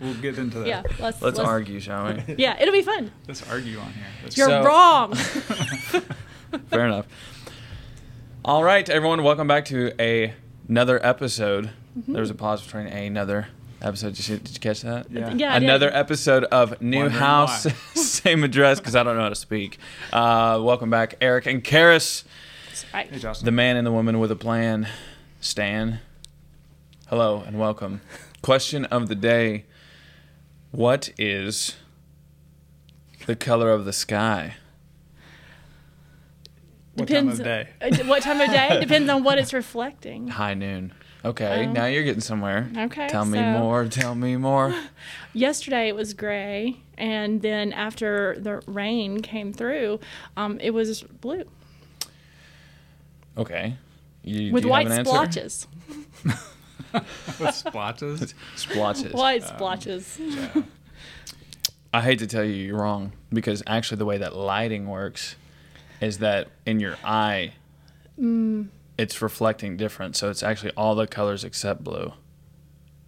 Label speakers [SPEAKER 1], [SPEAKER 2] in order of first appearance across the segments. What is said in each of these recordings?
[SPEAKER 1] We'll get into that.
[SPEAKER 2] Yeah, let's,
[SPEAKER 3] Let's argue, shall we?
[SPEAKER 2] Yeah, it'll be fun.
[SPEAKER 1] Let's argue on here. Let's
[SPEAKER 2] You're
[SPEAKER 3] So-
[SPEAKER 2] wrong.
[SPEAKER 3] Fair enough. All right, everyone, welcome back to a, another episode.
[SPEAKER 2] Mm-hmm.
[SPEAKER 3] There was a pause between another episode. Did you, see- did you catch that?
[SPEAKER 1] Yeah.
[SPEAKER 2] Uh, Yeah, I did.
[SPEAKER 3] another episode of New
[SPEAKER 1] Wondering
[SPEAKER 3] House,
[SPEAKER 1] why.
[SPEAKER 3] same address because I don't know how to speak. Uh, welcome back, Eric and Karis,
[SPEAKER 2] That's right.
[SPEAKER 1] Hey, Justin.
[SPEAKER 3] the man and the woman with a plan, Stan. Hello and welcome. Question of the day: What is the color of the sky?
[SPEAKER 1] what time of
[SPEAKER 2] Depends-
[SPEAKER 1] day?
[SPEAKER 2] Uh, d- What time of day? Depends on what it's reflecting.
[SPEAKER 3] High noon. Okay,
[SPEAKER 2] Um,
[SPEAKER 3] now you're getting somewhere.
[SPEAKER 2] okay,
[SPEAKER 3] Tell me
[SPEAKER 2] so-
[SPEAKER 3] more. Tell me more.
[SPEAKER 2] Yesterday it was gray, and then after the rain came through, um, it was blue
[SPEAKER 3] Okay. You,
[SPEAKER 2] with
[SPEAKER 3] do you
[SPEAKER 2] white
[SPEAKER 3] have an answer?
[SPEAKER 2] splotches.
[SPEAKER 1] With splotches?
[SPEAKER 3] Splotches.
[SPEAKER 2] White splotches.
[SPEAKER 1] yeah.
[SPEAKER 3] I hate to tell you you're wrong because actually the way that lighting works is that in your eye
[SPEAKER 2] Mm.
[SPEAKER 3] it's reflecting different so it's actually all the colors except blue.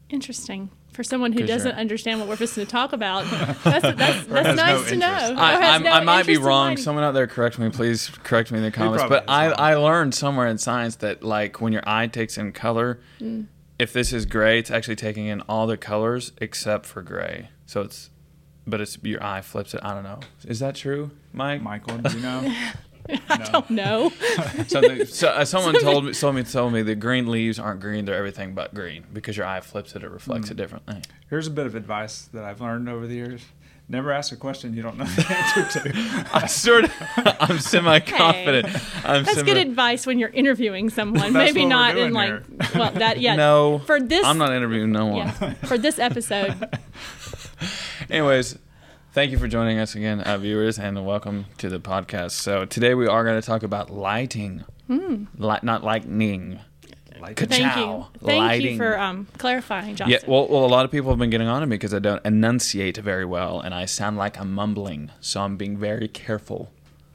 [SPEAKER 2] Interesting. For someone who
[SPEAKER 3] 'Cause you're-
[SPEAKER 2] doesn't understand what we're supposed to talk about, that's, that's, that's
[SPEAKER 1] has
[SPEAKER 2] nice
[SPEAKER 1] no
[SPEAKER 2] to
[SPEAKER 1] interest.
[SPEAKER 2] know.
[SPEAKER 3] I,
[SPEAKER 2] Or Oh, has
[SPEAKER 3] I'm-
[SPEAKER 2] no
[SPEAKER 3] I might be
[SPEAKER 2] interest in
[SPEAKER 3] wrong.
[SPEAKER 2] lighting.
[SPEAKER 3] Someone out there correct me please correct me in the comments
[SPEAKER 1] probably
[SPEAKER 3] but I
[SPEAKER 1] is wrong.
[SPEAKER 3] I learned somewhere in science that like when your eye takes in color
[SPEAKER 2] Mm.
[SPEAKER 3] if this is gray it's actually taking in all the colors except for gray. So it's but it's your eye flips it. I don't know. Is that true, Mike?
[SPEAKER 1] Michael, do you know?
[SPEAKER 2] I don't know.
[SPEAKER 3] So, the, so uh, someone told me, told me, told me the green leaves aren't green; they're everything but green because your eye flips it, it reflects it differently.
[SPEAKER 1] Here's a bit of advice that I've learned over the years. Never ask a question you don't know the answer to.
[SPEAKER 3] I sort of, I'm semi confident. I'm
[SPEAKER 2] That's
[SPEAKER 3] semi-
[SPEAKER 2] good advice when you're interviewing someone.
[SPEAKER 1] That's
[SPEAKER 2] Maybe
[SPEAKER 1] what we're
[SPEAKER 2] not in
[SPEAKER 1] doing
[SPEAKER 2] like
[SPEAKER 1] here.
[SPEAKER 2] well that yeah.
[SPEAKER 3] No,
[SPEAKER 2] For this
[SPEAKER 3] I'm not interviewing no one.
[SPEAKER 2] yeah, for this episode.
[SPEAKER 3] Anyways, thank you for joining us again, uh, viewers, and welcome to the podcast. So today we are going to talk about lighting,
[SPEAKER 2] Hmm.
[SPEAKER 3] Light, not lightning.
[SPEAKER 1] Like,
[SPEAKER 3] Could-
[SPEAKER 2] Thank
[SPEAKER 3] Ciao.
[SPEAKER 2] you. Thank
[SPEAKER 3] Lighting.
[SPEAKER 2] you for um, clarifying, Justin.
[SPEAKER 3] Yeah, well, well, a lot of people have been getting on to me because I don't enunciate very well, and I sound like I'm mumbling, so I'm being very careful.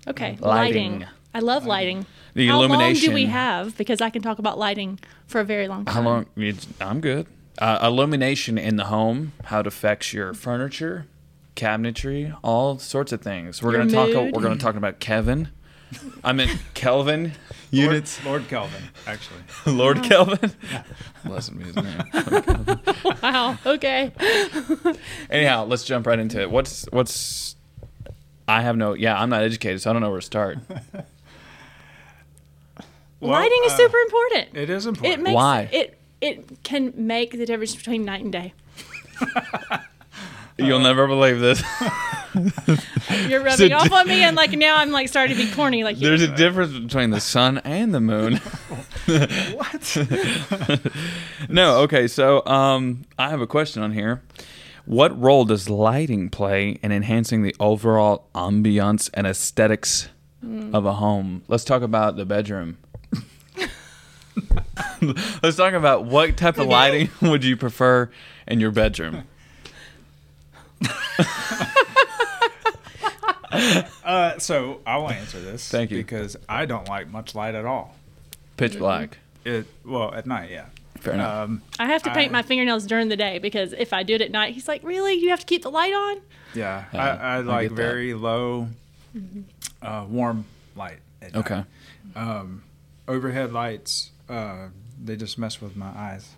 [SPEAKER 2] okay.
[SPEAKER 3] lighting.
[SPEAKER 2] Lighting. I love lighting.
[SPEAKER 3] The
[SPEAKER 2] How
[SPEAKER 3] illumination.
[SPEAKER 2] long do we have? Because I can talk about lighting for a very long time.
[SPEAKER 3] How long? It's, I'm good. Uh, illumination in the home, how it affects your furniture, cabinetry, all sorts of things. We're
[SPEAKER 2] Your
[SPEAKER 3] gonna talk.
[SPEAKER 2] mood.
[SPEAKER 3] We're gonna talk about Kevin. I mean Kelvin
[SPEAKER 1] Lord,
[SPEAKER 3] units.
[SPEAKER 1] Lord Kelvin, actually.
[SPEAKER 3] Lord Kelvin. Blessed be his name.
[SPEAKER 2] Wow. Okay.
[SPEAKER 3] Anyhow, let's jump right into it. What's what's? I have no. Yeah, I'm not educated, so I don't know where to start.
[SPEAKER 1] Well,
[SPEAKER 2] lighting is
[SPEAKER 1] uh,
[SPEAKER 2] super important.
[SPEAKER 1] It is important.
[SPEAKER 2] It makes
[SPEAKER 3] Why?
[SPEAKER 2] it it can make the difference between night and day.
[SPEAKER 3] You'll never believe this.
[SPEAKER 2] You're rubbing
[SPEAKER 3] So
[SPEAKER 2] off
[SPEAKER 3] d-
[SPEAKER 2] on me, and like now I'm like starting to be corny. Like
[SPEAKER 3] There's a difference between the sun and the moon.
[SPEAKER 1] what?
[SPEAKER 3] No, okay. So, um, I have a question on here. What role does lighting play in enhancing the overall ambiance and aesthetics of a home? Let's talk about the bedroom. Let's talk about what type of lighting would you prefer in your bedroom?
[SPEAKER 1] Uh, so I will answer this.
[SPEAKER 3] Thank you.
[SPEAKER 1] Because I don't like much light at all.
[SPEAKER 3] Pitch black.
[SPEAKER 1] It well at night, yeah.
[SPEAKER 3] Fair enough.
[SPEAKER 1] Um,
[SPEAKER 2] I have to paint
[SPEAKER 1] I-
[SPEAKER 2] my fingernails during the day because if I do it at night, he's like, "Really? You have to keep the light on?"
[SPEAKER 1] yeah,
[SPEAKER 3] Uh,
[SPEAKER 1] I, I
[SPEAKER 3] I
[SPEAKER 1] like
[SPEAKER 3] get that.
[SPEAKER 1] very low,
[SPEAKER 2] Mm-hmm.
[SPEAKER 1] uh, warm light. At night.
[SPEAKER 3] okay.
[SPEAKER 1] um, overhead lights uh, they just mess with my eyes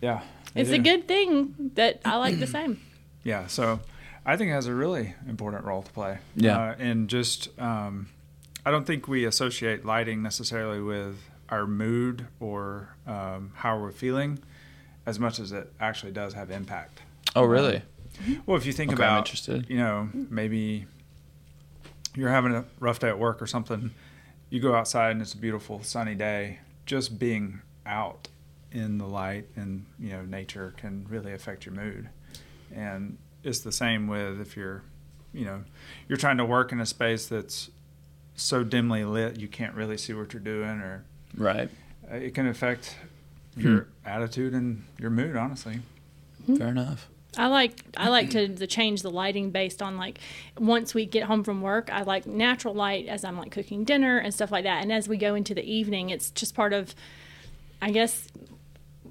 [SPEAKER 1] yeah they
[SPEAKER 2] It's a
[SPEAKER 1] do.
[SPEAKER 2] good thing that I like the same.
[SPEAKER 1] yeah so i think it has a really important role to play
[SPEAKER 3] Yeah.
[SPEAKER 1] uh, and just um, i don't think we associate lighting necessarily with our mood or um, how we're feeling as much as it actually does have impact
[SPEAKER 3] Oh, really?
[SPEAKER 1] Well, if you think
[SPEAKER 3] Okay, I'm
[SPEAKER 1] about,
[SPEAKER 3] interested.
[SPEAKER 1] you know, maybe you're having a rough day at work or something. You go outside and it's a beautiful sunny day. Just being out in the light and you know nature can really affect your mood. And it's the same with if you're, you know, you're trying to work in a space that's so dimly lit you can't really see what you're doing, or
[SPEAKER 3] Right.
[SPEAKER 1] uh, it can affect
[SPEAKER 3] Hmm.
[SPEAKER 1] your attitude and your mood. Honestly,
[SPEAKER 3] Fair enough.
[SPEAKER 2] I like I like to, to change the lighting based on like once we get home from work, I like natural light as I'm like cooking dinner and stuff like that. And as we go into the evening, it's just part of I guess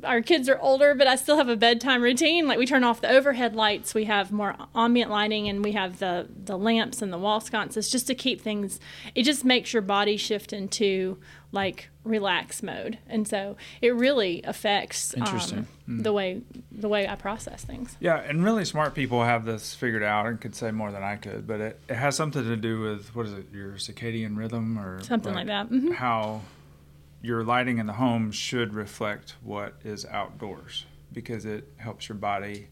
[SPEAKER 2] our kids are older, but I still have a bedtime routine. Like we turn off the overhead lights, we have more ambient lighting, and we have the the lamps and the wall sconces just to keep things. It just makes your body shift into like relax mode, and so it really affects um,
[SPEAKER 3] Interesting.
[SPEAKER 2] the way the way I process things.
[SPEAKER 1] Yeah, and really smart people have this figured out and could say more than I could, but it, it has something to do with what is it, your circadian rhythm or
[SPEAKER 2] Something like that. Mhm.
[SPEAKER 1] How your lighting in the home should reflect what is outdoors because it helps your body,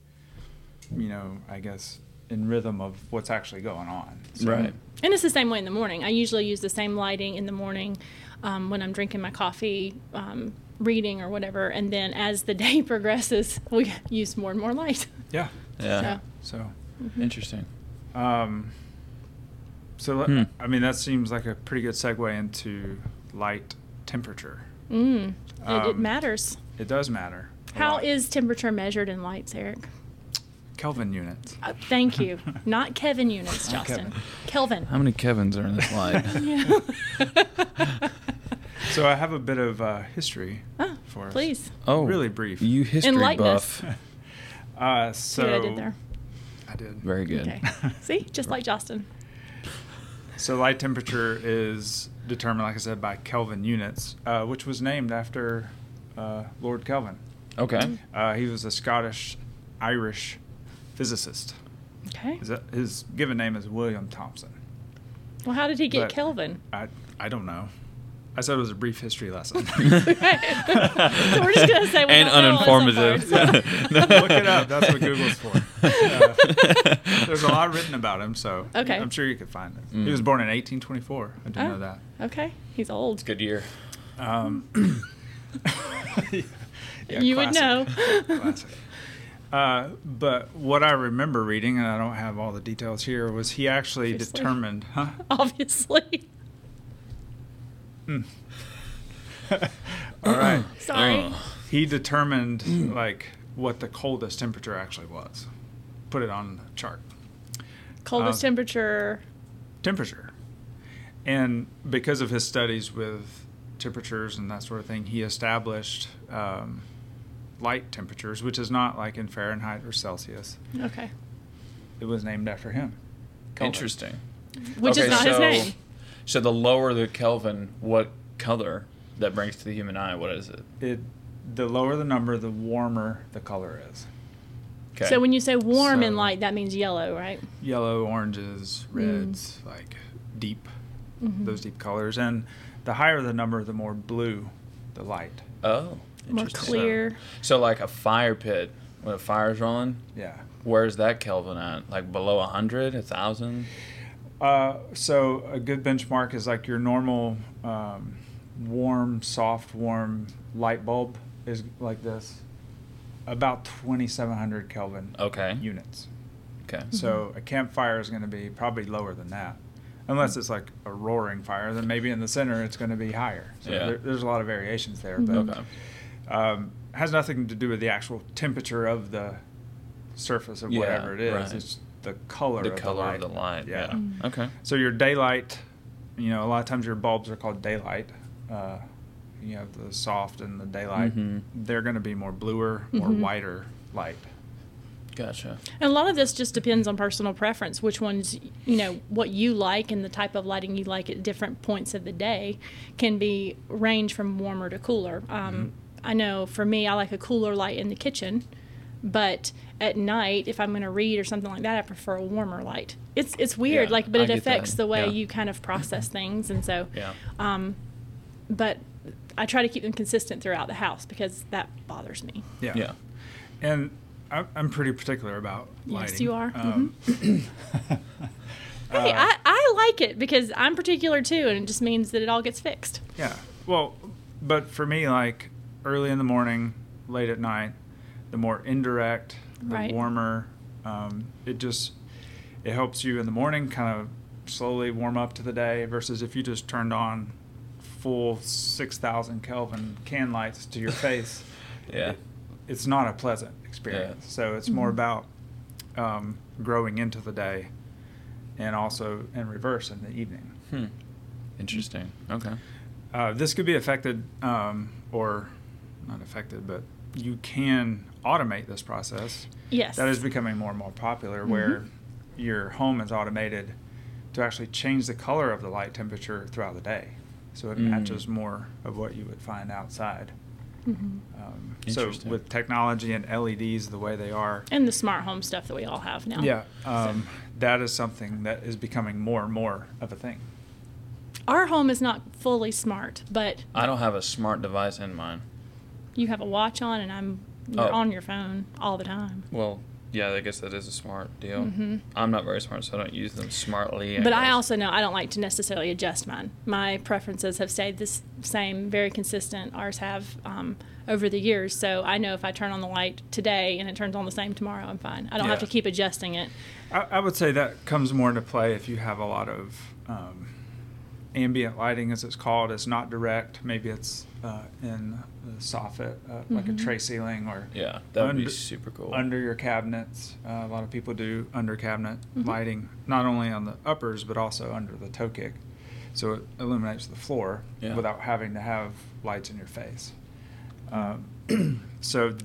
[SPEAKER 1] you know, I guess in rhythm of what's actually going on. So,
[SPEAKER 3] Right.
[SPEAKER 2] And it's the same way in the morning. I usually use the same lighting in the morning um, when I'm drinking my coffee, um, reading, or whatever. And then as the day progresses, we use more and more light.
[SPEAKER 1] Yeah.
[SPEAKER 3] Yeah.
[SPEAKER 2] So,
[SPEAKER 1] So
[SPEAKER 3] Interesting.
[SPEAKER 1] Um, so, let-
[SPEAKER 3] Hmm.
[SPEAKER 1] I mean, that seems like a pretty good segue into light temperature.
[SPEAKER 2] mm, it, it
[SPEAKER 1] Um,
[SPEAKER 2] matters.
[SPEAKER 1] It does matter. a
[SPEAKER 2] How
[SPEAKER 1] lot.
[SPEAKER 2] is temperature measured in lights, Eric?
[SPEAKER 1] Kelvin units?
[SPEAKER 2] Uh, thank you. Not Kevin units,
[SPEAKER 1] Not
[SPEAKER 2] Justin.
[SPEAKER 1] Kevin.
[SPEAKER 2] Kelvin.
[SPEAKER 3] How many Kevins are in this line?
[SPEAKER 2] Yeah.
[SPEAKER 1] So I have a bit of uh, history
[SPEAKER 2] Oh,
[SPEAKER 1] for us.
[SPEAKER 2] please.
[SPEAKER 3] Oh,
[SPEAKER 1] Really brief.
[SPEAKER 3] You history
[SPEAKER 2] Enlighten us.
[SPEAKER 3] buff.
[SPEAKER 1] Uh,
[SPEAKER 2] See
[SPEAKER 1] so
[SPEAKER 2] what I did there.
[SPEAKER 1] I did.
[SPEAKER 3] Very good.
[SPEAKER 2] Okay. See, just like Justin.
[SPEAKER 1] So light temperature is determined, like I said, by Kelvin units, uh, which was named after uh, Lord Kelvin.
[SPEAKER 3] Okay.
[SPEAKER 1] Uh, he was a Scottish Irish physicist.
[SPEAKER 2] Okay.
[SPEAKER 1] His, uh, his given name is William Thompson.
[SPEAKER 2] Well, how did he get
[SPEAKER 1] But-
[SPEAKER 2] Kelvin?
[SPEAKER 1] I, I don't know. I said it was a brief history lesson.
[SPEAKER 2] So we're just gonna say we
[SPEAKER 3] and
[SPEAKER 2] don't know all
[SPEAKER 3] uninformative.
[SPEAKER 2] so far, so.
[SPEAKER 1] Look it up. That's what Google's for. Uh, There's a lot written about him, so
[SPEAKER 2] Okay.
[SPEAKER 1] I'm sure you could find it.
[SPEAKER 3] Mm.
[SPEAKER 1] He was born in 1824. I didn't
[SPEAKER 2] Oh.
[SPEAKER 1] know that.
[SPEAKER 2] Okay, he's old.
[SPEAKER 3] Good year.
[SPEAKER 1] Um, yeah, classic.
[SPEAKER 2] you would know.
[SPEAKER 1] Classic. Uh, but what I remember reading, and I don't have all the details here, was he actually
[SPEAKER 2] Seriously?
[SPEAKER 1] determined, huh?
[SPEAKER 2] Obviously.
[SPEAKER 1] Mm. all right.
[SPEAKER 2] Sorry.
[SPEAKER 3] Oh,
[SPEAKER 1] He determined like what the coldest temperature actually was. Put it on the chart.
[SPEAKER 2] Coldest
[SPEAKER 1] Um,
[SPEAKER 2] temperature.
[SPEAKER 1] temperature. And because of his studies with temperatures and that sort of thing, he established um, light temperatures, which is not like in Fahrenheit or Celsius.
[SPEAKER 2] Okay.
[SPEAKER 1] It was named after him. Kelvin.
[SPEAKER 3] Interesting.
[SPEAKER 2] Which
[SPEAKER 3] Okay,
[SPEAKER 2] is not his
[SPEAKER 3] so-
[SPEAKER 2] name.
[SPEAKER 3] So the lower the Kelvin, what color that brings to the human eye? What is it?
[SPEAKER 1] It, the lower the number, the warmer the color is.
[SPEAKER 3] Okay.
[SPEAKER 2] So when you say warm and
[SPEAKER 1] So-
[SPEAKER 2] light, that means yellow, right?
[SPEAKER 1] Yellow, oranges, reds, like deep, those deep colors. And the higher the number, the more blue the light.
[SPEAKER 3] oh,
[SPEAKER 2] More
[SPEAKER 3] interesting.
[SPEAKER 2] clear.
[SPEAKER 3] So like a fire pit when a fire's rolling,
[SPEAKER 1] Yeah.
[SPEAKER 3] where's that Kelvin at? Like below a hundred, a thousand?
[SPEAKER 1] Uh, so a good benchmark is like your normal um, warm, soft, warm light bulb is like this, about 2,700 Kelvin
[SPEAKER 3] Okay.
[SPEAKER 1] units.
[SPEAKER 3] Okay.
[SPEAKER 1] So a campfire is going to be probably lower than that,
[SPEAKER 3] Mm-hmm.
[SPEAKER 1] unless it's like a roaring fire. Then maybe in the center it's going to be higher. So
[SPEAKER 3] Yeah. Mm-hmm.
[SPEAKER 1] there, there's a lot of variations there,
[SPEAKER 3] Okay.
[SPEAKER 1] but um, has nothing to do with the actual temperature of the surface of
[SPEAKER 3] Yeah,
[SPEAKER 1] whatever it is.
[SPEAKER 3] right.
[SPEAKER 1] It's the color.
[SPEAKER 3] The
[SPEAKER 1] of
[SPEAKER 3] color
[SPEAKER 1] the
[SPEAKER 3] of the light. Yeah.
[SPEAKER 2] Mm.
[SPEAKER 3] Okay.
[SPEAKER 1] so your daylight, you know, a lot of times your bulbs are called daylight. Uh, you have the soft and the daylight.
[SPEAKER 3] Mhm.
[SPEAKER 1] They're going to be more bluer, more
[SPEAKER 3] Mm-hmm.
[SPEAKER 1] whiter light.
[SPEAKER 3] Gotcha.
[SPEAKER 2] And a lot of this just depends on personal preference, which ones, you know, what you like and the type of lighting you like at different points of the day can be range from warmer to cooler.
[SPEAKER 3] Mm-hmm.
[SPEAKER 2] Um, I know for me, I like a cooler light in the kitchen, but at night, if I'm going to read or something like that, I prefer a warmer light. It's it's weird,
[SPEAKER 3] Yeah,
[SPEAKER 2] like, but
[SPEAKER 3] I
[SPEAKER 2] it
[SPEAKER 3] get that.
[SPEAKER 2] affects the way
[SPEAKER 3] Yeah.
[SPEAKER 2] you kind of process things, and so.
[SPEAKER 3] Yeah.
[SPEAKER 2] Um, but I try to keep them consistent throughout the house because that bothers me.
[SPEAKER 1] Yeah.
[SPEAKER 3] Yeah.
[SPEAKER 1] And I, I'm pretty particular about lighting.
[SPEAKER 2] Yes, you are. Mm-hmm.
[SPEAKER 1] Um, uh,
[SPEAKER 2] Hey,
[SPEAKER 3] Uh,
[SPEAKER 2] I, I like it because I'm particular too, and it just means that it all gets fixed.
[SPEAKER 1] Yeah. Well, but for me, like early in the morning, late at night, the more indirect, the
[SPEAKER 2] Right.
[SPEAKER 1] warmer. Um, it just it helps you in the morning, kind of slowly warm up to the day. Versus if you just turned on full six thousand Kelvin can lights to your face,
[SPEAKER 3] Yeah.
[SPEAKER 1] it's not a pleasant experience.
[SPEAKER 3] Yeah.
[SPEAKER 1] So it's more about um, growing into the day, and also in reverse in the evening.
[SPEAKER 3] Hmm. Interesting. Okay.
[SPEAKER 1] Uh, this could be affected, um, or not affected, but you can automate this process.
[SPEAKER 2] Yes.
[SPEAKER 1] That is becoming more and more popular, where your home is automated to actually change the color of the light temperature throughout the day, so it
[SPEAKER 3] Mm.
[SPEAKER 1] matches more of what you would find outside.
[SPEAKER 3] Mm-hmm.
[SPEAKER 2] Mhm.
[SPEAKER 1] Um, so
[SPEAKER 3] Interesting.
[SPEAKER 1] with technology and LEDs the way they are,
[SPEAKER 2] And the smart home stuff that we all have now.
[SPEAKER 1] yeah, um, that is something that is becoming more and more of a thing.
[SPEAKER 2] Our home is not fully smart, but
[SPEAKER 3] I don't have a smart device in mine.
[SPEAKER 2] you have a watch on and I'm you're
[SPEAKER 3] Oh.
[SPEAKER 2] on your phone all the time.
[SPEAKER 3] Well, yeah, I guess that is a smart deal. I'm not very smart, so I don't use them smartly.
[SPEAKER 2] Mm-hmm. But I
[SPEAKER 3] guess.
[SPEAKER 2] also know I don't like to necessarily adjust mine. My preferences have stayed the s- same, very consistent. Ours have um, over the years. So I know if I turn on the light today and it turns on the same tomorrow, I'm fine. I don't have
[SPEAKER 1] Yeah.
[SPEAKER 2] to keep adjusting it.
[SPEAKER 1] I, I would say that comes more into play if you have a lot of um, ambient lighting, as it's called. It's not direct. Maybe it's uh, in the soffit, uh, like a tray ceiling, or
[SPEAKER 3] Yeah, that would be
[SPEAKER 1] under-
[SPEAKER 3] super cool.
[SPEAKER 1] under your cabinets. Uh, a lot of people do under cabinet
[SPEAKER 2] Mhm.
[SPEAKER 1] lighting, not only on the uppers but also under the toe kick, so it illuminates the floor
[SPEAKER 3] Yeah.
[SPEAKER 1] without having to have lights in your face. Um, so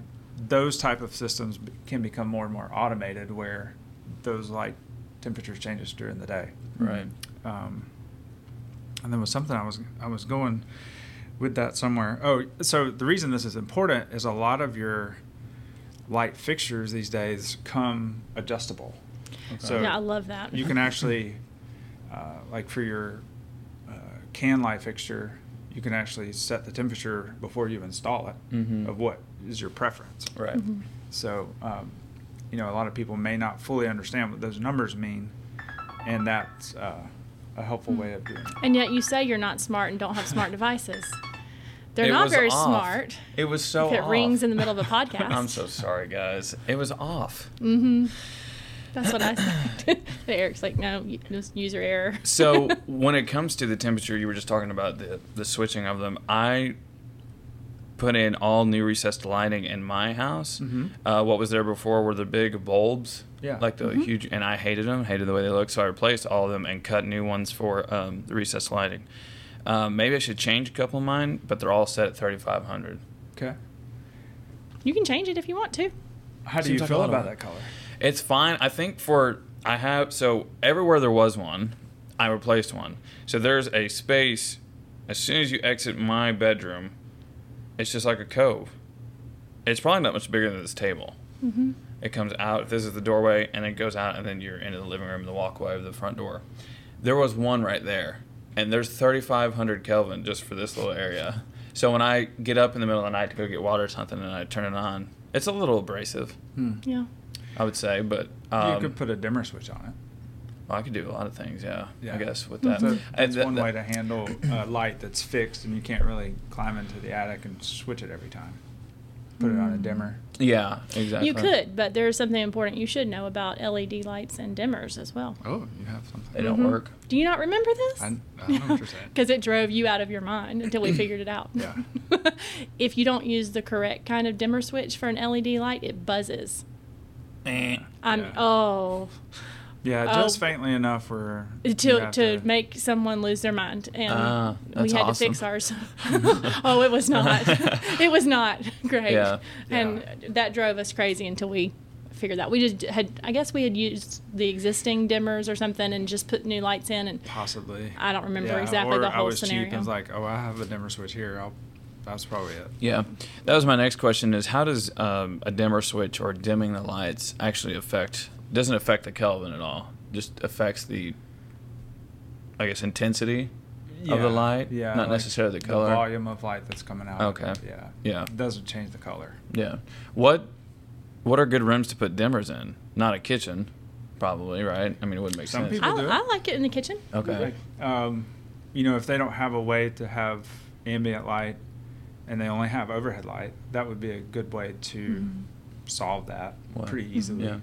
[SPEAKER 1] those type of systems b- can become more and more automated, where those light temperature changes during the day.
[SPEAKER 3] right.
[SPEAKER 1] Um, and there was something I was I was going with that somewhere. Oh, so the reason this is important is a lot of your light fixtures these days come adjustable. So
[SPEAKER 2] yeah, I love that.
[SPEAKER 1] you can actually, uh, like for your uh, can light fixture, you can actually set the temperature before you install it
[SPEAKER 3] Mhm.
[SPEAKER 1] of what is your preference.
[SPEAKER 3] Right.
[SPEAKER 2] Mhm.
[SPEAKER 1] So, um, you know, a lot of people may not fully understand what those numbers mean, and that's uh, a helpful way of doing it.
[SPEAKER 2] Hmm. And yet you say you're not smart and don't have smart devices. They're
[SPEAKER 3] It
[SPEAKER 2] not
[SPEAKER 3] was
[SPEAKER 2] very
[SPEAKER 3] off.
[SPEAKER 2] smart.
[SPEAKER 3] It was so
[SPEAKER 2] if it
[SPEAKER 3] off.
[SPEAKER 2] rings in the middle of a podcast.
[SPEAKER 3] I'm so sorry, guys. It was off.
[SPEAKER 2] Mm-hmm. That's what I said. but Eric's like, no, y- just user error.
[SPEAKER 3] So when it comes to the temperature, you were just talking about the the switching of them. I put in all new recessed lighting in my house.
[SPEAKER 1] Mhm.
[SPEAKER 3] Uh, what was there before were the big bulbs,
[SPEAKER 1] Yeah.
[SPEAKER 3] like the huge, and I hated them, hated the way they looked. So I replaced all of them and cut new ones for um, the recessed lighting. Um, maybe I should change a couple of mine, but they're all set at 3,500.
[SPEAKER 1] Okay.
[SPEAKER 2] you can change it if you want to.
[SPEAKER 1] How do
[SPEAKER 3] Seems
[SPEAKER 1] you
[SPEAKER 3] like a
[SPEAKER 1] feel
[SPEAKER 3] lot of
[SPEAKER 1] about
[SPEAKER 3] work.
[SPEAKER 1] that color?
[SPEAKER 3] It's fine. I think for I have so everywhere there was one, I replaced one. So there's a space as soon as you exit my bedroom, it's just like a cove. It's probably not much bigger than this table.
[SPEAKER 2] Mm-hmm.
[SPEAKER 3] It comes out, this is the doorway, and it goes out, and then you're into the living room, the walkway, or the front door. There was one right there, and there's 3,500 Kelvin just for this little area. So when I get up in the middle of the night to go get water or something and I turn it on, it's a little abrasive,
[SPEAKER 2] Yeah.
[SPEAKER 3] I would say, but. Hmm. Um,
[SPEAKER 1] you could put a dimmer switch on it.
[SPEAKER 3] Well, I could do a lot of things, yeah.
[SPEAKER 1] Yeah.
[SPEAKER 3] I guess
[SPEAKER 2] Hmm.
[SPEAKER 3] with that,
[SPEAKER 1] So
[SPEAKER 3] And
[SPEAKER 1] that's
[SPEAKER 3] that-
[SPEAKER 1] one
[SPEAKER 3] that-
[SPEAKER 1] way to handle a light that's fixed and you can't really climb into the attic and switch it every time. Put it on
[SPEAKER 3] Hmm.
[SPEAKER 1] a dimmer.
[SPEAKER 3] Yeah, exactly.
[SPEAKER 2] You could, but there's something important you should know about LED lights and dimmers as well.
[SPEAKER 1] Oh, you have
[SPEAKER 3] They
[SPEAKER 1] something.
[SPEAKER 3] don't
[SPEAKER 2] Mhm.
[SPEAKER 3] work.
[SPEAKER 2] Do you not remember this?
[SPEAKER 1] I- I know what you're saying.
[SPEAKER 2] Because it drove you out of your mind until we figured it out.
[SPEAKER 1] Yeah.
[SPEAKER 2] if you don't use the correct kind of dimmer switch for an LED light, it buzzes.
[SPEAKER 3] Eh.
[SPEAKER 2] I'm
[SPEAKER 1] Yeah.
[SPEAKER 2] oh
[SPEAKER 1] Yeah,
[SPEAKER 2] Oh.
[SPEAKER 1] just faintly enough where
[SPEAKER 2] to
[SPEAKER 1] you
[SPEAKER 2] to,
[SPEAKER 1] have
[SPEAKER 2] make someone lose their mind, and
[SPEAKER 3] Ah,
[SPEAKER 2] we
[SPEAKER 3] that's
[SPEAKER 2] had to fix ours.
[SPEAKER 3] awesome.
[SPEAKER 2] oh, it was not. it was not great,
[SPEAKER 3] Yeah.
[SPEAKER 2] and
[SPEAKER 1] Yeah.
[SPEAKER 2] that drove us crazy until we figured that we just had. I guess we had used the existing dimmers or something, and just put new lights in, and
[SPEAKER 1] possibly.
[SPEAKER 2] I don't remember
[SPEAKER 1] Yeah,
[SPEAKER 2] exactly
[SPEAKER 1] or
[SPEAKER 2] the
[SPEAKER 1] I
[SPEAKER 2] whole
[SPEAKER 1] was cheap
[SPEAKER 2] scenario.
[SPEAKER 1] and was like, oh, I have a dimmer switch here. I'll, that's probably it.
[SPEAKER 3] Yeah, that was my next question: is how does um, a dimmer switch or dimming the lights actually affect? Doesn't affect the Kelvin at all. Just affects the, I guess, intensity of
[SPEAKER 1] Yeah,
[SPEAKER 3] the light.
[SPEAKER 1] Yeah,
[SPEAKER 3] not
[SPEAKER 1] like
[SPEAKER 3] necessarily the color.
[SPEAKER 1] volume of light that's coming out. of
[SPEAKER 3] Okay.
[SPEAKER 1] it, Yeah.
[SPEAKER 3] Yeah.
[SPEAKER 1] It doesn't change the color.
[SPEAKER 3] Yeah. What What are good rooms to put dimmers in? Not a kitchen, probably. Right? I mean, it wouldn't make
[SPEAKER 1] Some
[SPEAKER 3] sense.
[SPEAKER 1] people-
[SPEAKER 2] I,
[SPEAKER 1] do it.
[SPEAKER 2] I like it in the kitchen.
[SPEAKER 3] okay.
[SPEAKER 1] Like, um, you know, if they don't have a way to have ambient light, and they only have overhead light, that would be a good way to solve that
[SPEAKER 3] Wow.
[SPEAKER 1] pretty easily.
[SPEAKER 3] Yeah.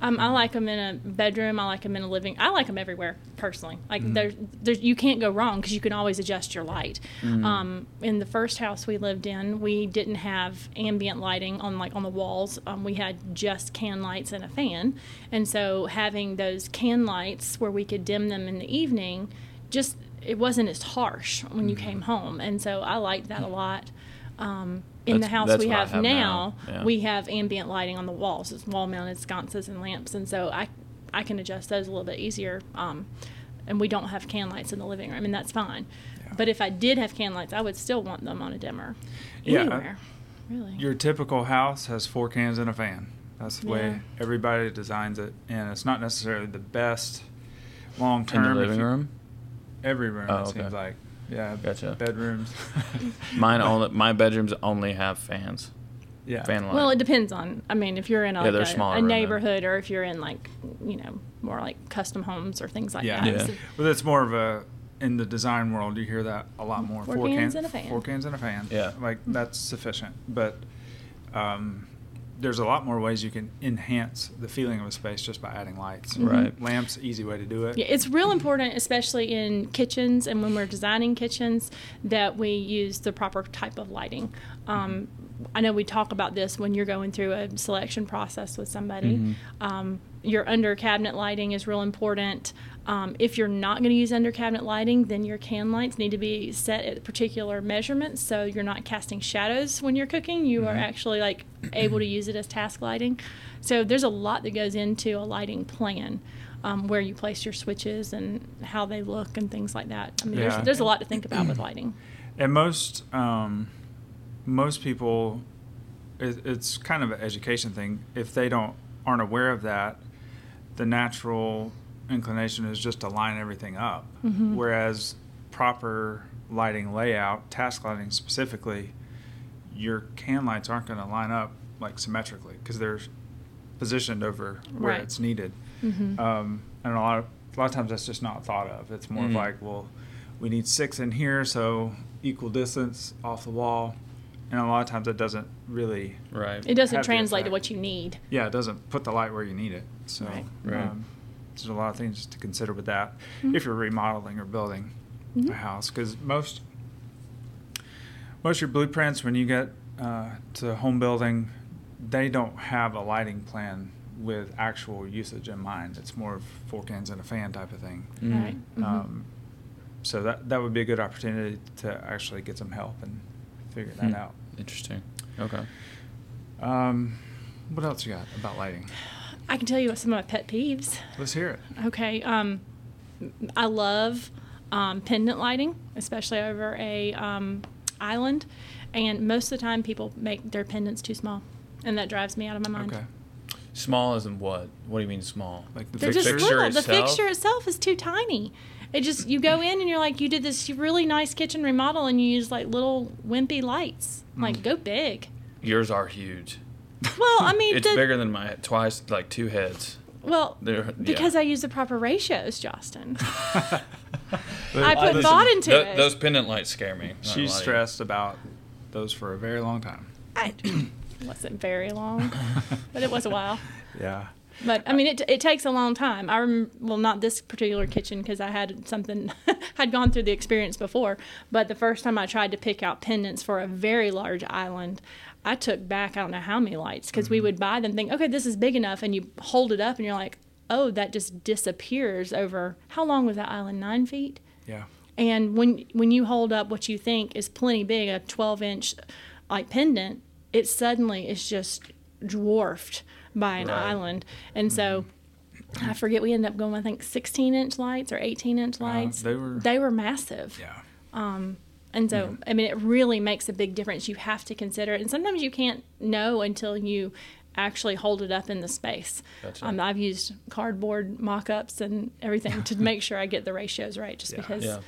[SPEAKER 2] Um, I like them in a bedroom. I like them in a living. I like them everywhere, personally. Like
[SPEAKER 3] Mm-hmm.
[SPEAKER 2] there's, there's, you can't go wrong because you can always adjust your light.
[SPEAKER 3] Mm-hmm.
[SPEAKER 2] Um, in the first house we lived in, we didn't have ambient lighting on like on the walls. Um, we had just can lights and a fan, and so having those can lights where we could dim them in the evening, just
[SPEAKER 3] Mm-hmm.
[SPEAKER 2] it wasn't as harsh when you came home, and so I liked that a lot. Um, in the
[SPEAKER 3] That's-
[SPEAKER 2] house
[SPEAKER 3] that's
[SPEAKER 2] we
[SPEAKER 3] what I
[SPEAKER 2] have,
[SPEAKER 3] have
[SPEAKER 2] now,
[SPEAKER 3] now, yeah.
[SPEAKER 2] we have ambient lighting on the walls. It's wall mounted sconces and lamps, and so I I can adjust those a little bit easier. Um, and we don't have can lights in the living room, and that's fine. But if I did have can lights, I would still want them on a dimmer.
[SPEAKER 1] Yeah.
[SPEAKER 2] Anywhere, really.
[SPEAKER 1] Your typical house has four cans and a fan. That's the
[SPEAKER 2] Yeah.
[SPEAKER 1] way everybody designs it, and it's not necessarily the best long
[SPEAKER 3] in
[SPEAKER 1] term.
[SPEAKER 3] the living room.
[SPEAKER 1] Every room,
[SPEAKER 3] Oh,
[SPEAKER 1] it
[SPEAKER 3] okay.
[SPEAKER 1] seems like. Yeah.
[SPEAKER 3] Gotcha.
[SPEAKER 1] Bedrooms.
[SPEAKER 3] Mine only my bedrooms only have fans.
[SPEAKER 1] yeah.
[SPEAKER 3] Fan light.
[SPEAKER 2] Well, it depends on. I mean, if you're in a,
[SPEAKER 3] Yeah,
[SPEAKER 2] like
[SPEAKER 3] they're
[SPEAKER 2] a-
[SPEAKER 3] smaller
[SPEAKER 2] a
[SPEAKER 3] than-
[SPEAKER 2] neighborhood, or if you're in like you know more like custom homes or things like
[SPEAKER 1] Yeah.
[SPEAKER 2] that.
[SPEAKER 3] Yeah.
[SPEAKER 2] So-
[SPEAKER 1] But that's more of a in the design world. You hear that a lot more.
[SPEAKER 2] Mm-hmm. Four cans and a fan.
[SPEAKER 1] Four cans and a fan.
[SPEAKER 3] Yeah.
[SPEAKER 1] Like that's sufficient. But um, there's a lot more ways you can enhance the feeling of a space just by adding lights.
[SPEAKER 3] Right.
[SPEAKER 1] Lamps, easy way to do it.
[SPEAKER 2] Yeah, it's real important, especially in kitchens and when we're designing kitchens, that we use the proper type of lighting. Um, I know we talk about this when you're going through a selection process with somebody. Um, your under cabinet lighting is real important. Um, if you're not going to use under cabinet lighting, then your can lights need to be set at particular measurements so you're not casting shadows when you're cooking. You are actually like able to use it as task lighting. So there's a lot that goes into a lighting plan um, where you place your switches and how they look and things like that. I mean,
[SPEAKER 1] Yeah.
[SPEAKER 2] there's, there's a lot to think about with lighting.
[SPEAKER 1] And most um, most people, it, it's kind of an education thing. If they don't aren't aware of that, the natural inclination is just to line everything up. Whereas proper lighting layout, task lighting specifically, your can lights aren't going to line up like symmetrically because they're positioned over where
[SPEAKER 2] Right.
[SPEAKER 1] it's needed. Um, and a lot of a lot of times that's just not thought of. It's more of
[SPEAKER 3] Mhm.
[SPEAKER 1] like, well, we need six in here, so equal distance off the wall. And a lot of times that doesn't really,
[SPEAKER 3] right.
[SPEAKER 2] It doesn't
[SPEAKER 1] Have the
[SPEAKER 2] translate to
[SPEAKER 1] effect.
[SPEAKER 2] what you need.
[SPEAKER 1] yeah, it doesn't put the light where you need it. So
[SPEAKER 2] Right.
[SPEAKER 3] Right.
[SPEAKER 1] Um, there's a lot of things to consider with that if you're remodeling or building a house, because most most of your blueprints when you get uh, to home building, they don't have a lighting plan with actual usage in mind. It's more of four cans and a fan type of thing.
[SPEAKER 3] Mm.
[SPEAKER 2] Right. Mm-hmm.
[SPEAKER 1] Um, so that that would be a good opportunity to actually get some help and figure that
[SPEAKER 3] Hmm.
[SPEAKER 1] out.
[SPEAKER 3] Interesting. Okay.
[SPEAKER 1] Um, what else you got about lighting?
[SPEAKER 2] I can tell you some of my pet peeves.
[SPEAKER 1] Let's hear it.
[SPEAKER 2] Okay. Um, I love um, pendant lighting, especially over a um, island. And most of the time, people make their pendants too small, and that drives me out of my mind.
[SPEAKER 1] Okay,
[SPEAKER 3] Small as in what? What do you mean small?
[SPEAKER 1] like the
[SPEAKER 2] They're
[SPEAKER 1] fixture.
[SPEAKER 2] just
[SPEAKER 3] fixture
[SPEAKER 2] little. The
[SPEAKER 3] itself?
[SPEAKER 2] fixture itself is too tiny. It just you go in and you're like you did this really nice kitchen remodel and you use like little wimpy lights.
[SPEAKER 3] Mm.
[SPEAKER 2] Like go big.
[SPEAKER 3] Yours are huge.
[SPEAKER 2] Well, I mean,
[SPEAKER 3] It's
[SPEAKER 2] the,
[SPEAKER 3] bigger than my twice like two heads.
[SPEAKER 2] well,
[SPEAKER 3] They're-
[SPEAKER 2] because
[SPEAKER 3] yeah.
[SPEAKER 2] I use the proper ratios, Justin.
[SPEAKER 1] I
[SPEAKER 2] put thought into
[SPEAKER 3] tho-
[SPEAKER 2] it.
[SPEAKER 3] Those pendant lights scare me. not
[SPEAKER 1] She's
[SPEAKER 3] lying.
[SPEAKER 1] stressed about those for a very long time.
[SPEAKER 2] I, it wasn't very long, but it was a while.
[SPEAKER 1] Yeah.
[SPEAKER 2] But I mean, it, it takes a long time. I rem- well, not this particular kitchen because I had something, had gone through the experience before. But the first time I tried to pick out pendants for a very large island, I took back I don't know how many lights because we would buy them, think, okay, this is big enough, and you hold it up and you're like, oh, that just disappears over how long was that island? Nine feet.
[SPEAKER 1] Yeah.
[SPEAKER 2] And when when you hold up what you think is plenty big, a 12 inch like pendant, it suddenly is just dwarfed by an
[SPEAKER 3] Right.
[SPEAKER 2] island. And so
[SPEAKER 1] Mm-hmm.
[SPEAKER 2] I forget we ended up going I think 16 inch lights or 18 inch lights.
[SPEAKER 1] Uh, they were-
[SPEAKER 2] they were massive.
[SPEAKER 1] Yeah. Mm-hmm.
[SPEAKER 2] And so, I mean, it really makes a big difference. You have to consider it. And sometimes you can't know until you actually hold it up in the space.
[SPEAKER 3] Gotcha.
[SPEAKER 2] Um, I've used cardboard mock ups and everything to make sure I get the ratios right, just
[SPEAKER 1] Yeah.
[SPEAKER 2] because
[SPEAKER 3] Yeah.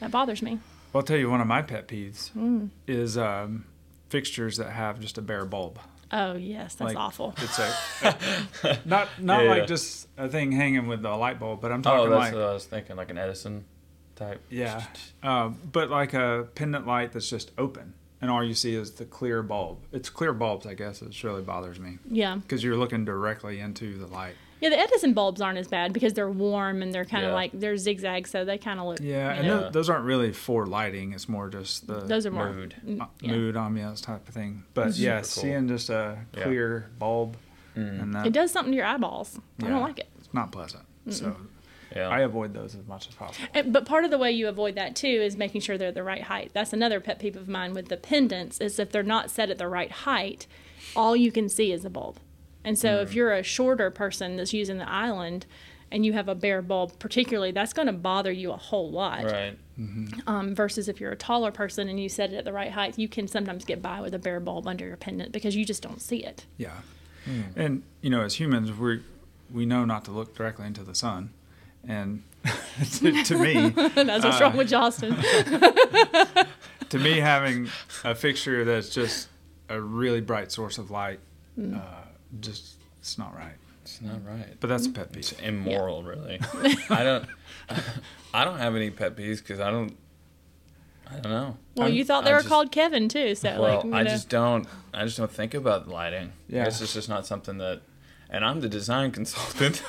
[SPEAKER 2] that bothers me.
[SPEAKER 1] Well, I'll tell you one of my pet peeves
[SPEAKER 2] Hmm.
[SPEAKER 1] is um, fixtures that have just a bare bulb.
[SPEAKER 2] Oh, yes, that's
[SPEAKER 1] Like,
[SPEAKER 2] awful.
[SPEAKER 1] It's a not not
[SPEAKER 3] Yeah,
[SPEAKER 1] like
[SPEAKER 3] yeah.
[SPEAKER 1] just a thing hanging with a light bulb, but I'm
[SPEAKER 3] Oh,
[SPEAKER 1] talking
[SPEAKER 3] that's
[SPEAKER 1] like
[SPEAKER 3] what I was thinking, like an Edison type.
[SPEAKER 1] Yeah. Um, but like a pendant light that's just open and all you see is the clear bulb. It's clear bulbs, I guess, it really bothers me
[SPEAKER 2] Yeah.
[SPEAKER 1] because you're looking directly into the light.
[SPEAKER 2] Yeah, the Edison bulbs aren't as bad because they're warm and they're kind of
[SPEAKER 3] Yeah.
[SPEAKER 2] like they're zigzag, so they kind of look.
[SPEAKER 1] Yeah,
[SPEAKER 2] you
[SPEAKER 1] and
[SPEAKER 2] know,
[SPEAKER 1] tho- those aren't really for lighting. It's more just the
[SPEAKER 2] those are more
[SPEAKER 3] Mood.
[SPEAKER 1] uh,
[SPEAKER 2] yeah.
[SPEAKER 1] mood ambiance type of thing. But
[SPEAKER 3] Super
[SPEAKER 1] yeah,
[SPEAKER 3] cool.
[SPEAKER 1] seeing just a
[SPEAKER 3] Yeah.
[SPEAKER 1] clear bulb and that,
[SPEAKER 2] It does something to your eyeballs. I
[SPEAKER 1] Yeah.
[SPEAKER 2] don't like it.
[SPEAKER 1] it's not pleasant. So
[SPEAKER 3] Yeah.
[SPEAKER 1] I avoid those as much as possible.
[SPEAKER 2] And- But part of the way you avoid that too is making sure they're the right height. That's another pet peeve of mine with the pendants is if they're not set at the right height, all you can see is the bulb. And so
[SPEAKER 1] Mm.
[SPEAKER 2] if you're a shorter person that's using the island and you have a bare bulb, particularly, that's going to bother you a whole lot.
[SPEAKER 3] Right.
[SPEAKER 2] Um, versus if you're a taller person and you set it at the right height, you can sometimes get by with a bare bulb under your pendant because you just don't see it.
[SPEAKER 1] Yeah. And you know, as humans, we we know not to look directly into the sun, and to, to me,
[SPEAKER 2] that's
[SPEAKER 1] Uh,
[SPEAKER 2] what's wrong with Justin.
[SPEAKER 1] to me, having a fixture that's just a really bright source of light, uh, just it's not right.
[SPEAKER 3] It's not right.
[SPEAKER 1] But that's a pet peeve.
[SPEAKER 3] It's immoral, really. I don't. I don't have any pet peeves because I don't. I don't know.
[SPEAKER 2] well,
[SPEAKER 1] I'm-
[SPEAKER 2] you thought they
[SPEAKER 3] I
[SPEAKER 2] were
[SPEAKER 3] just-
[SPEAKER 2] called Kevin too, so
[SPEAKER 3] well,
[SPEAKER 2] like, you
[SPEAKER 3] I
[SPEAKER 2] know.
[SPEAKER 3] just don't. I just don't think about lighting.
[SPEAKER 1] Yeah.
[SPEAKER 3] This is just not something that. And I'm the design consultant.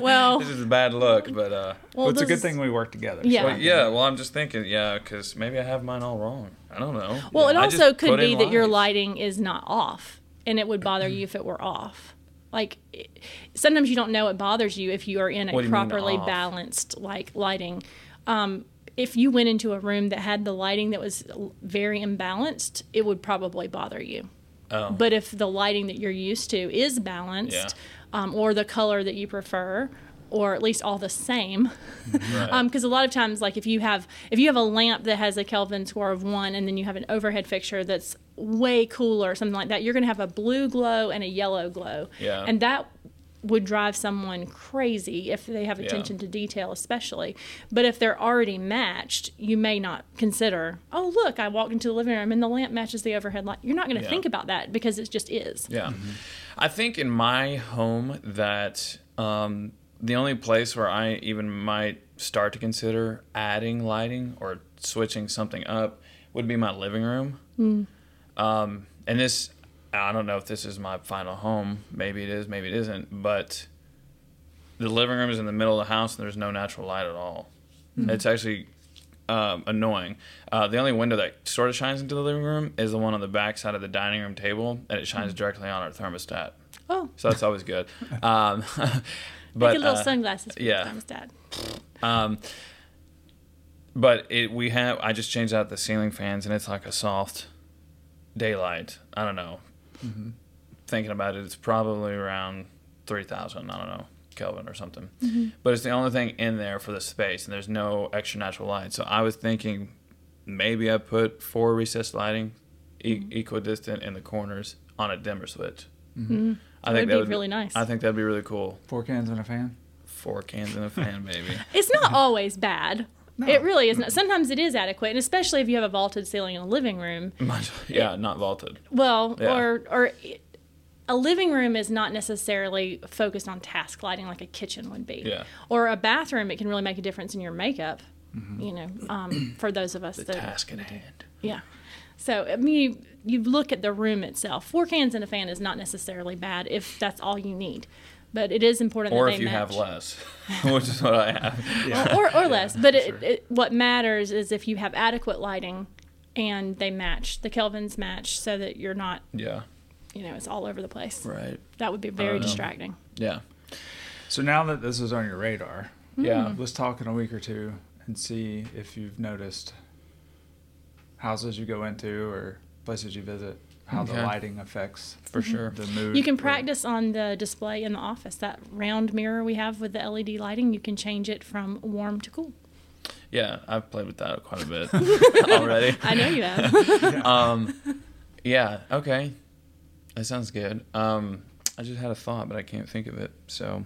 [SPEAKER 2] Well-
[SPEAKER 3] this is a bad look, but uh.
[SPEAKER 2] well,
[SPEAKER 1] Well, it's a
[SPEAKER 2] this
[SPEAKER 1] good
[SPEAKER 2] is-
[SPEAKER 1] thing we work together.
[SPEAKER 2] Yeah.
[SPEAKER 1] so I
[SPEAKER 3] Well,
[SPEAKER 1] can-
[SPEAKER 3] yeah. Well, I'm just thinking. Yeah, because maybe I have mine all wrong. I don't know.
[SPEAKER 2] Well, it
[SPEAKER 3] I
[SPEAKER 2] also
[SPEAKER 3] just
[SPEAKER 2] could
[SPEAKER 3] put
[SPEAKER 2] be
[SPEAKER 3] in
[SPEAKER 2] that your
[SPEAKER 3] lights.
[SPEAKER 2] lighting is not off, and it would bother you if it were off. Like it- sometimes you don't know it bothers you if you are in a
[SPEAKER 3] What do you mean
[SPEAKER 2] properly
[SPEAKER 3] off?
[SPEAKER 2] balanced like lighting. Um, if you went into a room that had the lighting that was l- very imbalanced, it would probably bother you.
[SPEAKER 3] Oh.
[SPEAKER 2] But if the lighting that you're used to is balanced,
[SPEAKER 3] Yeah.
[SPEAKER 2] um, or the color that you prefer, or at least all the same,
[SPEAKER 3] Right.
[SPEAKER 2] because Um, a lot of times like if you have if you have a lamp that has a kelvin score of one and then you have an overhead fixture that's way cooler or something like that you're going to have a blue glow and a yellow glow
[SPEAKER 3] Yeah.
[SPEAKER 2] and that would drive someone crazy if they have attention to detail especially but if they're already matched you may not consider oh look i walked into the living room and the lamp matches the overhead light you're not going to
[SPEAKER 3] Yeah.
[SPEAKER 2] think about that because it just is
[SPEAKER 3] Yeah. I think in my home that um, the only place where I even might start to consider adding lighting or switching something up would be my living room. Um, and this, I don't know if this is my final home. Maybe it is, maybe it isn't. But the living room is in the middle of the house and there's no natural light at all. It's actually um, annoying. Uh, the only window that sort of shines into the living room is the one on the back side of the dining room table, and it shines directly on our thermostat.
[SPEAKER 2] oh
[SPEAKER 3] So that's always good. Um, but
[SPEAKER 2] get little
[SPEAKER 3] uh,
[SPEAKER 2] sunglasses for
[SPEAKER 3] yeah.
[SPEAKER 2] the thermostat.
[SPEAKER 3] um, but it we have I just changed out the ceiling fans and it's like a soft daylight. I don't know. Thinking about it, it's probably around three thousand. I don't know Kelvin or something.
[SPEAKER 2] Mm-hmm.
[SPEAKER 3] But it's the only thing in there for the space, and there's no extra natural light. So I was thinking maybe I put four recessed lighting, e-
[SPEAKER 2] Mm-hmm.
[SPEAKER 3] equidistant in the corners on a dimmer switch. I
[SPEAKER 2] Mm-hmm.
[SPEAKER 3] think
[SPEAKER 2] That would
[SPEAKER 3] that
[SPEAKER 2] be
[SPEAKER 3] would
[SPEAKER 2] really nice.
[SPEAKER 3] I think that'd be really cool.
[SPEAKER 1] Four cans and a fan.
[SPEAKER 3] Four cans and a fan, baby.
[SPEAKER 2] It's not always bad.
[SPEAKER 1] No.
[SPEAKER 2] It really isn't. Sometimes it is adequate, and especially if you have a vaulted ceiling in a living room.
[SPEAKER 3] Much- yeah, not vaulted.
[SPEAKER 2] Well,
[SPEAKER 3] Yeah.
[SPEAKER 2] or or it, a living room is not necessarily focused on task lighting like a kitchen would be.
[SPEAKER 3] Yeah.
[SPEAKER 2] Or a bathroom, it can really make a difference in your makeup. You know, um, for those of us that
[SPEAKER 3] Mm-hmm. task at hand.
[SPEAKER 2] yeah. So I mean, you, you look at the room itself. Four cans and a fan is not necessarily bad if that's all you need, but it is important.
[SPEAKER 3] Or
[SPEAKER 2] that they
[SPEAKER 3] if you
[SPEAKER 2] match.
[SPEAKER 3] have less, which is what I have.
[SPEAKER 2] or, or less. But it, it, what matters is if you have adequate lighting and they match, the Kelvins match so that you're not,
[SPEAKER 3] Yeah.
[SPEAKER 2] you know, it's all over the place.
[SPEAKER 3] Right.
[SPEAKER 2] That would be very distracting.
[SPEAKER 3] Yeah.
[SPEAKER 1] So now that this is on your radar,
[SPEAKER 2] Mm.
[SPEAKER 3] Yeah.
[SPEAKER 1] let's talk in a week or two and see if you've noticed houses you go into or places you visit how the
[SPEAKER 3] Okay.
[SPEAKER 1] lighting affects
[SPEAKER 3] For sure.
[SPEAKER 1] the mood.
[SPEAKER 2] You can
[SPEAKER 1] or-
[SPEAKER 2] practice on the display in the office. That round mirror we have with the LED lighting, you can change it from warm to cool.
[SPEAKER 3] Yeah. I've played with that quite a bit already.
[SPEAKER 2] I know you have.
[SPEAKER 3] Um, yeah. Okay. That sounds good. Um, I just had a thought, but I can't think of it. So.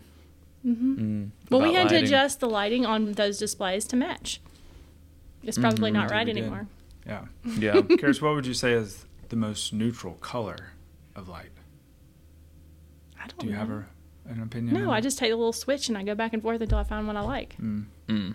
[SPEAKER 3] Mm,
[SPEAKER 2] Mm-hmm. well, we
[SPEAKER 3] about
[SPEAKER 2] had to
[SPEAKER 3] lighting.
[SPEAKER 2] adjust the lighting on those displays to match. It's probably not
[SPEAKER 1] Mhm.
[SPEAKER 2] right
[SPEAKER 1] We did.
[SPEAKER 2] anymore.
[SPEAKER 1] Yeah.
[SPEAKER 3] Yeah.
[SPEAKER 1] Curious, what would you say is the most neutral color of light?
[SPEAKER 2] I don't
[SPEAKER 1] Do you
[SPEAKER 2] know.
[SPEAKER 1] have a, an opinion?
[SPEAKER 2] no,
[SPEAKER 1] on
[SPEAKER 2] I
[SPEAKER 1] that?
[SPEAKER 2] just take a little switch and I go back and forth until I find what I like.
[SPEAKER 3] Mm.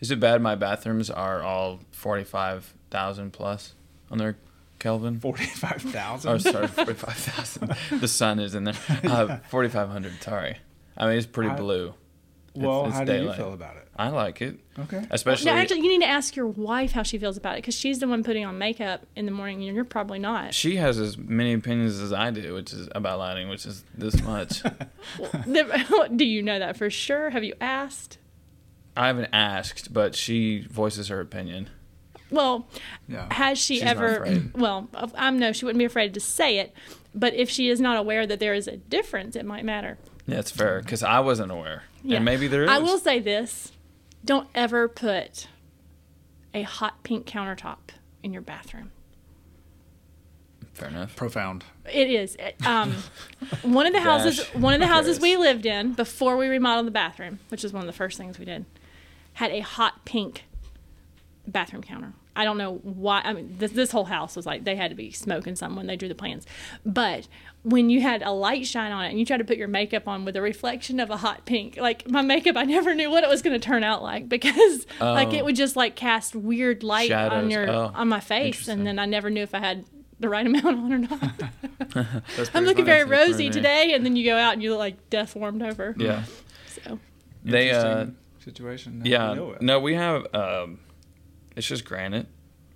[SPEAKER 3] Is it bad my bathrooms are all 45,000 plus on their Kelvin?
[SPEAKER 1] forty-five
[SPEAKER 3] Oh,
[SPEAKER 1] thousand.
[SPEAKER 3] sorry, 45,000. the sun is in there. Uh, 4,500, sorry. I mean, it's pretty
[SPEAKER 1] I-
[SPEAKER 3] blue.
[SPEAKER 1] well,
[SPEAKER 3] it's
[SPEAKER 1] how do you
[SPEAKER 3] daylight.
[SPEAKER 1] feel about it?
[SPEAKER 3] I like it,
[SPEAKER 1] Okay.
[SPEAKER 3] especially.
[SPEAKER 2] No, actually, you need to ask your wife how she feels about it because she's the one putting on makeup in the morning, and you're probably not.
[SPEAKER 3] she has as many opinions as I do, which is about lighting, which is this much.
[SPEAKER 2] Do you know that for sure? Have you asked?
[SPEAKER 3] I haven't asked, but she voices her opinion.
[SPEAKER 2] Well,
[SPEAKER 1] Yeah.
[SPEAKER 2] has
[SPEAKER 3] Uh,
[SPEAKER 2] she
[SPEAKER 3] She's not
[SPEAKER 2] ever?
[SPEAKER 3] afraid.
[SPEAKER 2] Well, of- I'm no, she wouldn't be afraid to say it, but if she is not aware that there is a difference, it might matter.
[SPEAKER 3] Yeah, it's fair because I wasn't aware,
[SPEAKER 2] Yeah.
[SPEAKER 3] and maybe there is.
[SPEAKER 2] I will say this: don't ever put a hot pink countertop in your bathroom.
[SPEAKER 3] Fair enough.
[SPEAKER 1] Profound.
[SPEAKER 2] It is. It- Um, one of the houses,
[SPEAKER 3] Dash.
[SPEAKER 2] one of the houses
[SPEAKER 3] Yes.
[SPEAKER 2] we lived in before we remodeled the bathroom, which is one of the first things we did, had a hot pink bathroom counter. I don't know why. I mean, this, this whole house was like they had to be smoking something when they drew the plans. But when you had a light shine on it and you tried to put your makeup on with a reflection of a hot pink, like my makeup, I never knew what it was going to turn out like because like it would just like cast weird light
[SPEAKER 3] Oh.
[SPEAKER 2] on
[SPEAKER 3] Shadows.
[SPEAKER 2] your
[SPEAKER 3] Oh,
[SPEAKER 2] on my face,
[SPEAKER 3] interesting.
[SPEAKER 2] and then I never knew if I had the right amount on or not.
[SPEAKER 1] That's
[SPEAKER 2] I'm
[SPEAKER 1] pretty
[SPEAKER 2] looking
[SPEAKER 1] funny.
[SPEAKER 2] very rosy
[SPEAKER 3] pretty.
[SPEAKER 2] today, and then you go out and you look like deformed over.
[SPEAKER 3] Yeah,
[SPEAKER 2] So
[SPEAKER 3] they. Uh,
[SPEAKER 1] Interesting situation. How do you
[SPEAKER 3] yeah,
[SPEAKER 1] know it?
[SPEAKER 3] no, we have. Um, it's just granite,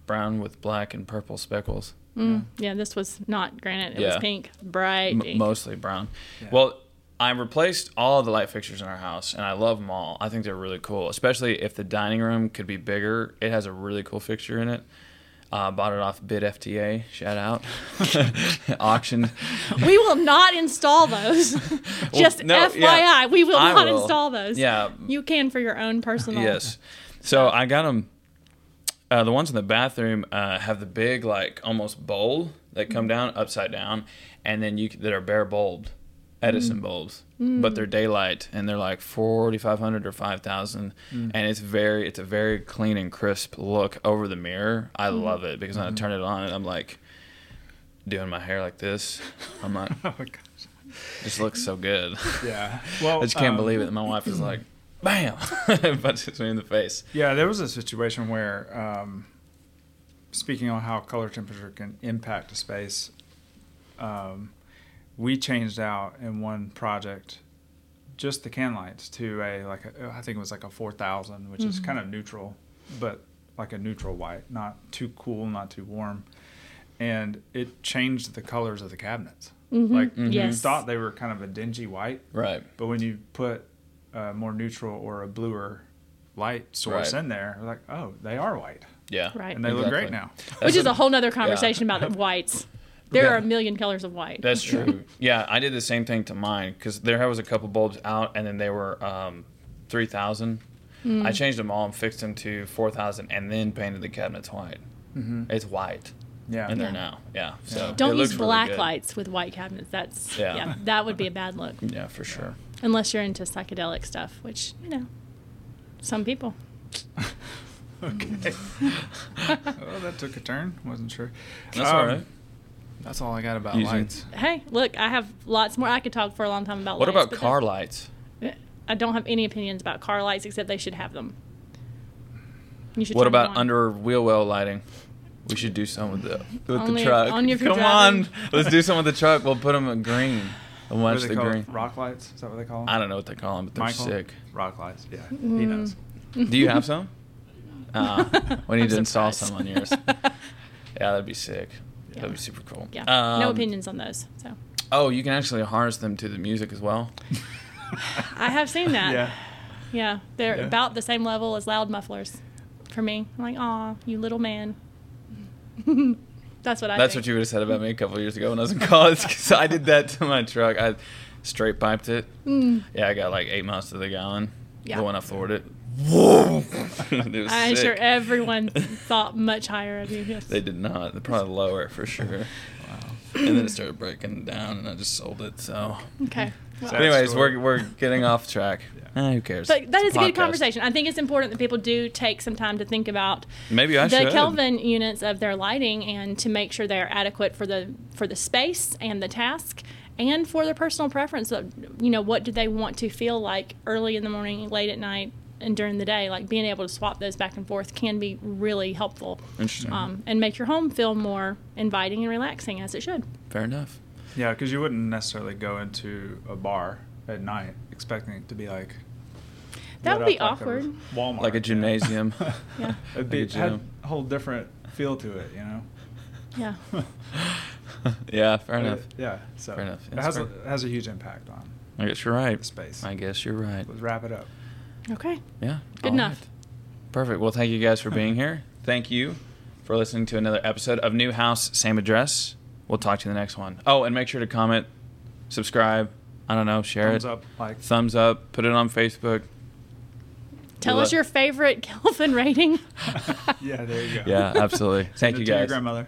[SPEAKER 3] brown with black and purple speckles.
[SPEAKER 2] yeah, this was not granite. It
[SPEAKER 3] Yeah.
[SPEAKER 2] was pink, bright.
[SPEAKER 3] M-
[SPEAKER 2] pink.
[SPEAKER 3] mostly brown.
[SPEAKER 1] Yeah.
[SPEAKER 3] Well, I replaced all the light fixtures in our house, and I love them all. I think they're really cool, especially if the dining room could be bigger. It has a really cool fixture in it. Uh, bought it off Bid FTA. Shout out. Auctioned.
[SPEAKER 2] we will not install those. Just
[SPEAKER 3] no, yeah.
[SPEAKER 2] FYI, we will
[SPEAKER 3] I
[SPEAKER 2] not
[SPEAKER 3] will.
[SPEAKER 2] install those.
[SPEAKER 3] Yeah.
[SPEAKER 2] you can for your own personal.
[SPEAKER 3] Yes. So I got them. Uh, the ones in the bathroom uh, have the big, like almost bowl that come down upside down, and then you c- that are bare bulbed, Edison bulbs, but they're daylight and they're like forty five hundred or five thousand, and it's very, it's a very clean and crisp look over the mirror. I love it because when I turn it on and I'm like doing my hair like this. I'm like,
[SPEAKER 1] Oh, my gosh.
[SPEAKER 3] this looks so good.
[SPEAKER 1] Yeah. Well,
[SPEAKER 3] I just can't
[SPEAKER 1] um,
[SPEAKER 3] believe it. And my wife is like, bam, punches me in the face.
[SPEAKER 1] Yeah, there was a situation where, um, speaking on how color temperature can impact a space, um, we changed out in one project just the can lights to a like a, I think it was like a four thousand, which is kind of neutral, but like a neutral white, not too cool, not too warm, and it changed the colors of the cabinets. Like you
[SPEAKER 2] Yes.
[SPEAKER 1] thought they were kind of a dingy white,
[SPEAKER 3] Right.
[SPEAKER 1] But when you put a more neutral or a bluer light source
[SPEAKER 3] Right.
[SPEAKER 1] in there, we're like, oh, they are white.
[SPEAKER 3] Yeah.
[SPEAKER 2] Right.
[SPEAKER 1] And they look great
[SPEAKER 3] Exactly.
[SPEAKER 1] now.
[SPEAKER 2] which
[SPEAKER 3] That's
[SPEAKER 2] is
[SPEAKER 3] what-
[SPEAKER 2] a whole nother conversation about the whites. There
[SPEAKER 3] Yeah.
[SPEAKER 2] are a million colors of white.
[SPEAKER 3] That's true. yeah, I did the same thing to mine because there was a couple bulbs out, and then they were um, three thousand.
[SPEAKER 2] Hmm.
[SPEAKER 3] I changed them all and fixed them to four thousand, and then painted the cabinets white. Mm-hmm. It's white
[SPEAKER 1] Yeah.
[SPEAKER 3] in there now. Yeah. So it
[SPEAKER 2] Don't
[SPEAKER 3] looks
[SPEAKER 2] use
[SPEAKER 3] really
[SPEAKER 2] black
[SPEAKER 3] good.
[SPEAKER 2] lights with white cabinets. That's
[SPEAKER 3] Yeah.
[SPEAKER 2] yeah. that would be a bad look
[SPEAKER 3] Yeah, for sure.
[SPEAKER 2] unless you're into psychedelic stuff, which you know, some people.
[SPEAKER 1] okay. oh, that took a turn. Wasn't sure.
[SPEAKER 3] That's
[SPEAKER 1] Um,
[SPEAKER 3] all right.
[SPEAKER 1] That's all I got about
[SPEAKER 3] Easy.
[SPEAKER 1] lights.
[SPEAKER 2] Hey, look, I have lots more. I could talk for a long time about.
[SPEAKER 3] What
[SPEAKER 2] lights,
[SPEAKER 3] about
[SPEAKER 2] but
[SPEAKER 3] car lights?
[SPEAKER 2] that's- I don't have any opinions about car lights except they should have them. You should
[SPEAKER 3] What
[SPEAKER 2] turn them
[SPEAKER 3] about
[SPEAKER 2] on.
[SPEAKER 3] under wheel well lighting? We should do some with the with
[SPEAKER 2] Only
[SPEAKER 3] the
[SPEAKER 2] if-
[SPEAKER 3] truck.
[SPEAKER 2] only if you're
[SPEAKER 3] Come
[SPEAKER 2] driving.
[SPEAKER 3] on, let's do some with the truck. We'll put them in green and
[SPEAKER 1] What
[SPEAKER 3] watch
[SPEAKER 1] do they
[SPEAKER 3] the
[SPEAKER 1] call it?
[SPEAKER 3] green.
[SPEAKER 1] Rock lights? Is that what they call them?
[SPEAKER 3] I don't know what they call them, but they're
[SPEAKER 1] Michael?
[SPEAKER 3] sick.
[SPEAKER 1] Rock lights. Yeah.
[SPEAKER 2] Mm.
[SPEAKER 1] He knows.
[SPEAKER 3] Do you have some? Uh, we need
[SPEAKER 2] I'm
[SPEAKER 3] to install
[SPEAKER 2] surprised.
[SPEAKER 3] some on yours. Yeah, that'd be sick. That'd be super cool.
[SPEAKER 2] yeah,
[SPEAKER 3] Um,
[SPEAKER 2] no opinions on those. So
[SPEAKER 3] Oh, you can actually harness them to the music as well.
[SPEAKER 2] I have seen that.
[SPEAKER 1] Yeah.
[SPEAKER 2] Yeah, they're
[SPEAKER 1] Yeah.
[SPEAKER 2] about the same level as loud mufflers for me. I'm like, aw, you little man. That's what I.
[SPEAKER 3] That's
[SPEAKER 2] think.
[SPEAKER 3] what you would have said about me a couple years ago when I was in college because I did that to my truck. I straight piped it.
[SPEAKER 2] Mm.
[SPEAKER 3] Yeah, I got like eight miles to the gallon.
[SPEAKER 2] Yeah.
[SPEAKER 3] The one I floored it. Whoa! it was
[SPEAKER 2] I'm
[SPEAKER 3] sick.
[SPEAKER 2] sure everyone thought much higher of you. Yes.
[SPEAKER 3] They did not. They probably lower for sure. Wow. And then it started breaking down, and I just sold it. So.
[SPEAKER 2] Okay. Well,
[SPEAKER 1] Sad
[SPEAKER 3] Anyways,
[SPEAKER 1] story.
[SPEAKER 3] we're, we're getting off track. Eh, who cares?
[SPEAKER 2] But that
[SPEAKER 3] It's
[SPEAKER 2] is a good
[SPEAKER 3] podcast.
[SPEAKER 2] conversation. I think it's important that people do take some time to think about
[SPEAKER 3] Maybe I
[SPEAKER 2] the
[SPEAKER 3] should.
[SPEAKER 2] Kelvin units of their lighting and to make sure they are adequate for the for the space and the task and for their personal preference of you know what do they want to feel like early in the morning, late at night, and during the day. Like being able to swap those back and forth can be really helpful
[SPEAKER 3] Interesting.
[SPEAKER 2] um, and make your home feel more inviting and relaxing as it should.
[SPEAKER 3] Fair enough.
[SPEAKER 1] Yeah, because you wouldn't necessarily go into a bar at night expecting it to be like
[SPEAKER 2] That
[SPEAKER 1] lit
[SPEAKER 2] would be
[SPEAKER 1] up like a
[SPEAKER 2] awkward.
[SPEAKER 1] Walmart,
[SPEAKER 3] like a
[SPEAKER 1] you know?
[SPEAKER 3] gymnasium.
[SPEAKER 2] Yeah.
[SPEAKER 1] It'd be,
[SPEAKER 3] Like a
[SPEAKER 1] had
[SPEAKER 3] gym.
[SPEAKER 1] a whole different feel to it, you know.
[SPEAKER 2] Yeah.
[SPEAKER 3] yeah, fair enough.
[SPEAKER 1] But, yeah. So
[SPEAKER 3] Fair enough.
[SPEAKER 1] It
[SPEAKER 3] That's
[SPEAKER 1] has a,
[SPEAKER 3] fair.
[SPEAKER 1] it has a huge impact on
[SPEAKER 3] I guess you're right.
[SPEAKER 1] the space.
[SPEAKER 3] I guess you're right.
[SPEAKER 1] Let's wrap it up.
[SPEAKER 2] Okay.
[SPEAKER 3] Yeah.
[SPEAKER 2] Good
[SPEAKER 3] all
[SPEAKER 2] enough.
[SPEAKER 3] right. Perfect. Well, thank you guys for being here. Thank you for listening to another episode of New House, Same Address. We'll talk to you in the next one. Oh, and make sure to comment, subscribe. I don't know, share
[SPEAKER 1] Thumbs
[SPEAKER 3] it.
[SPEAKER 1] up, like.
[SPEAKER 3] Thumbs up. Put it on Facebook.
[SPEAKER 2] Tell
[SPEAKER 3] You're
[SPEAKER 2] us
[SPEAKER 3] li-
[SPEAKER 2] your favorite Kelvin rating.
[SPEAKER 1] Yeah, there you go.
[SPEAKER 3] Yeah, absolutely.
[SPEAKER 1] Send
[SPEAKER 3] thank
[SPEAKER 1] it
[SPEAKER 3] you
[SPEAKER 1] to your
[SPEAKER 3] guys.
[SPEAKER 1] grandmother.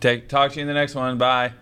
[SPEAKER 3] Take, talk to you in the next one. Bye.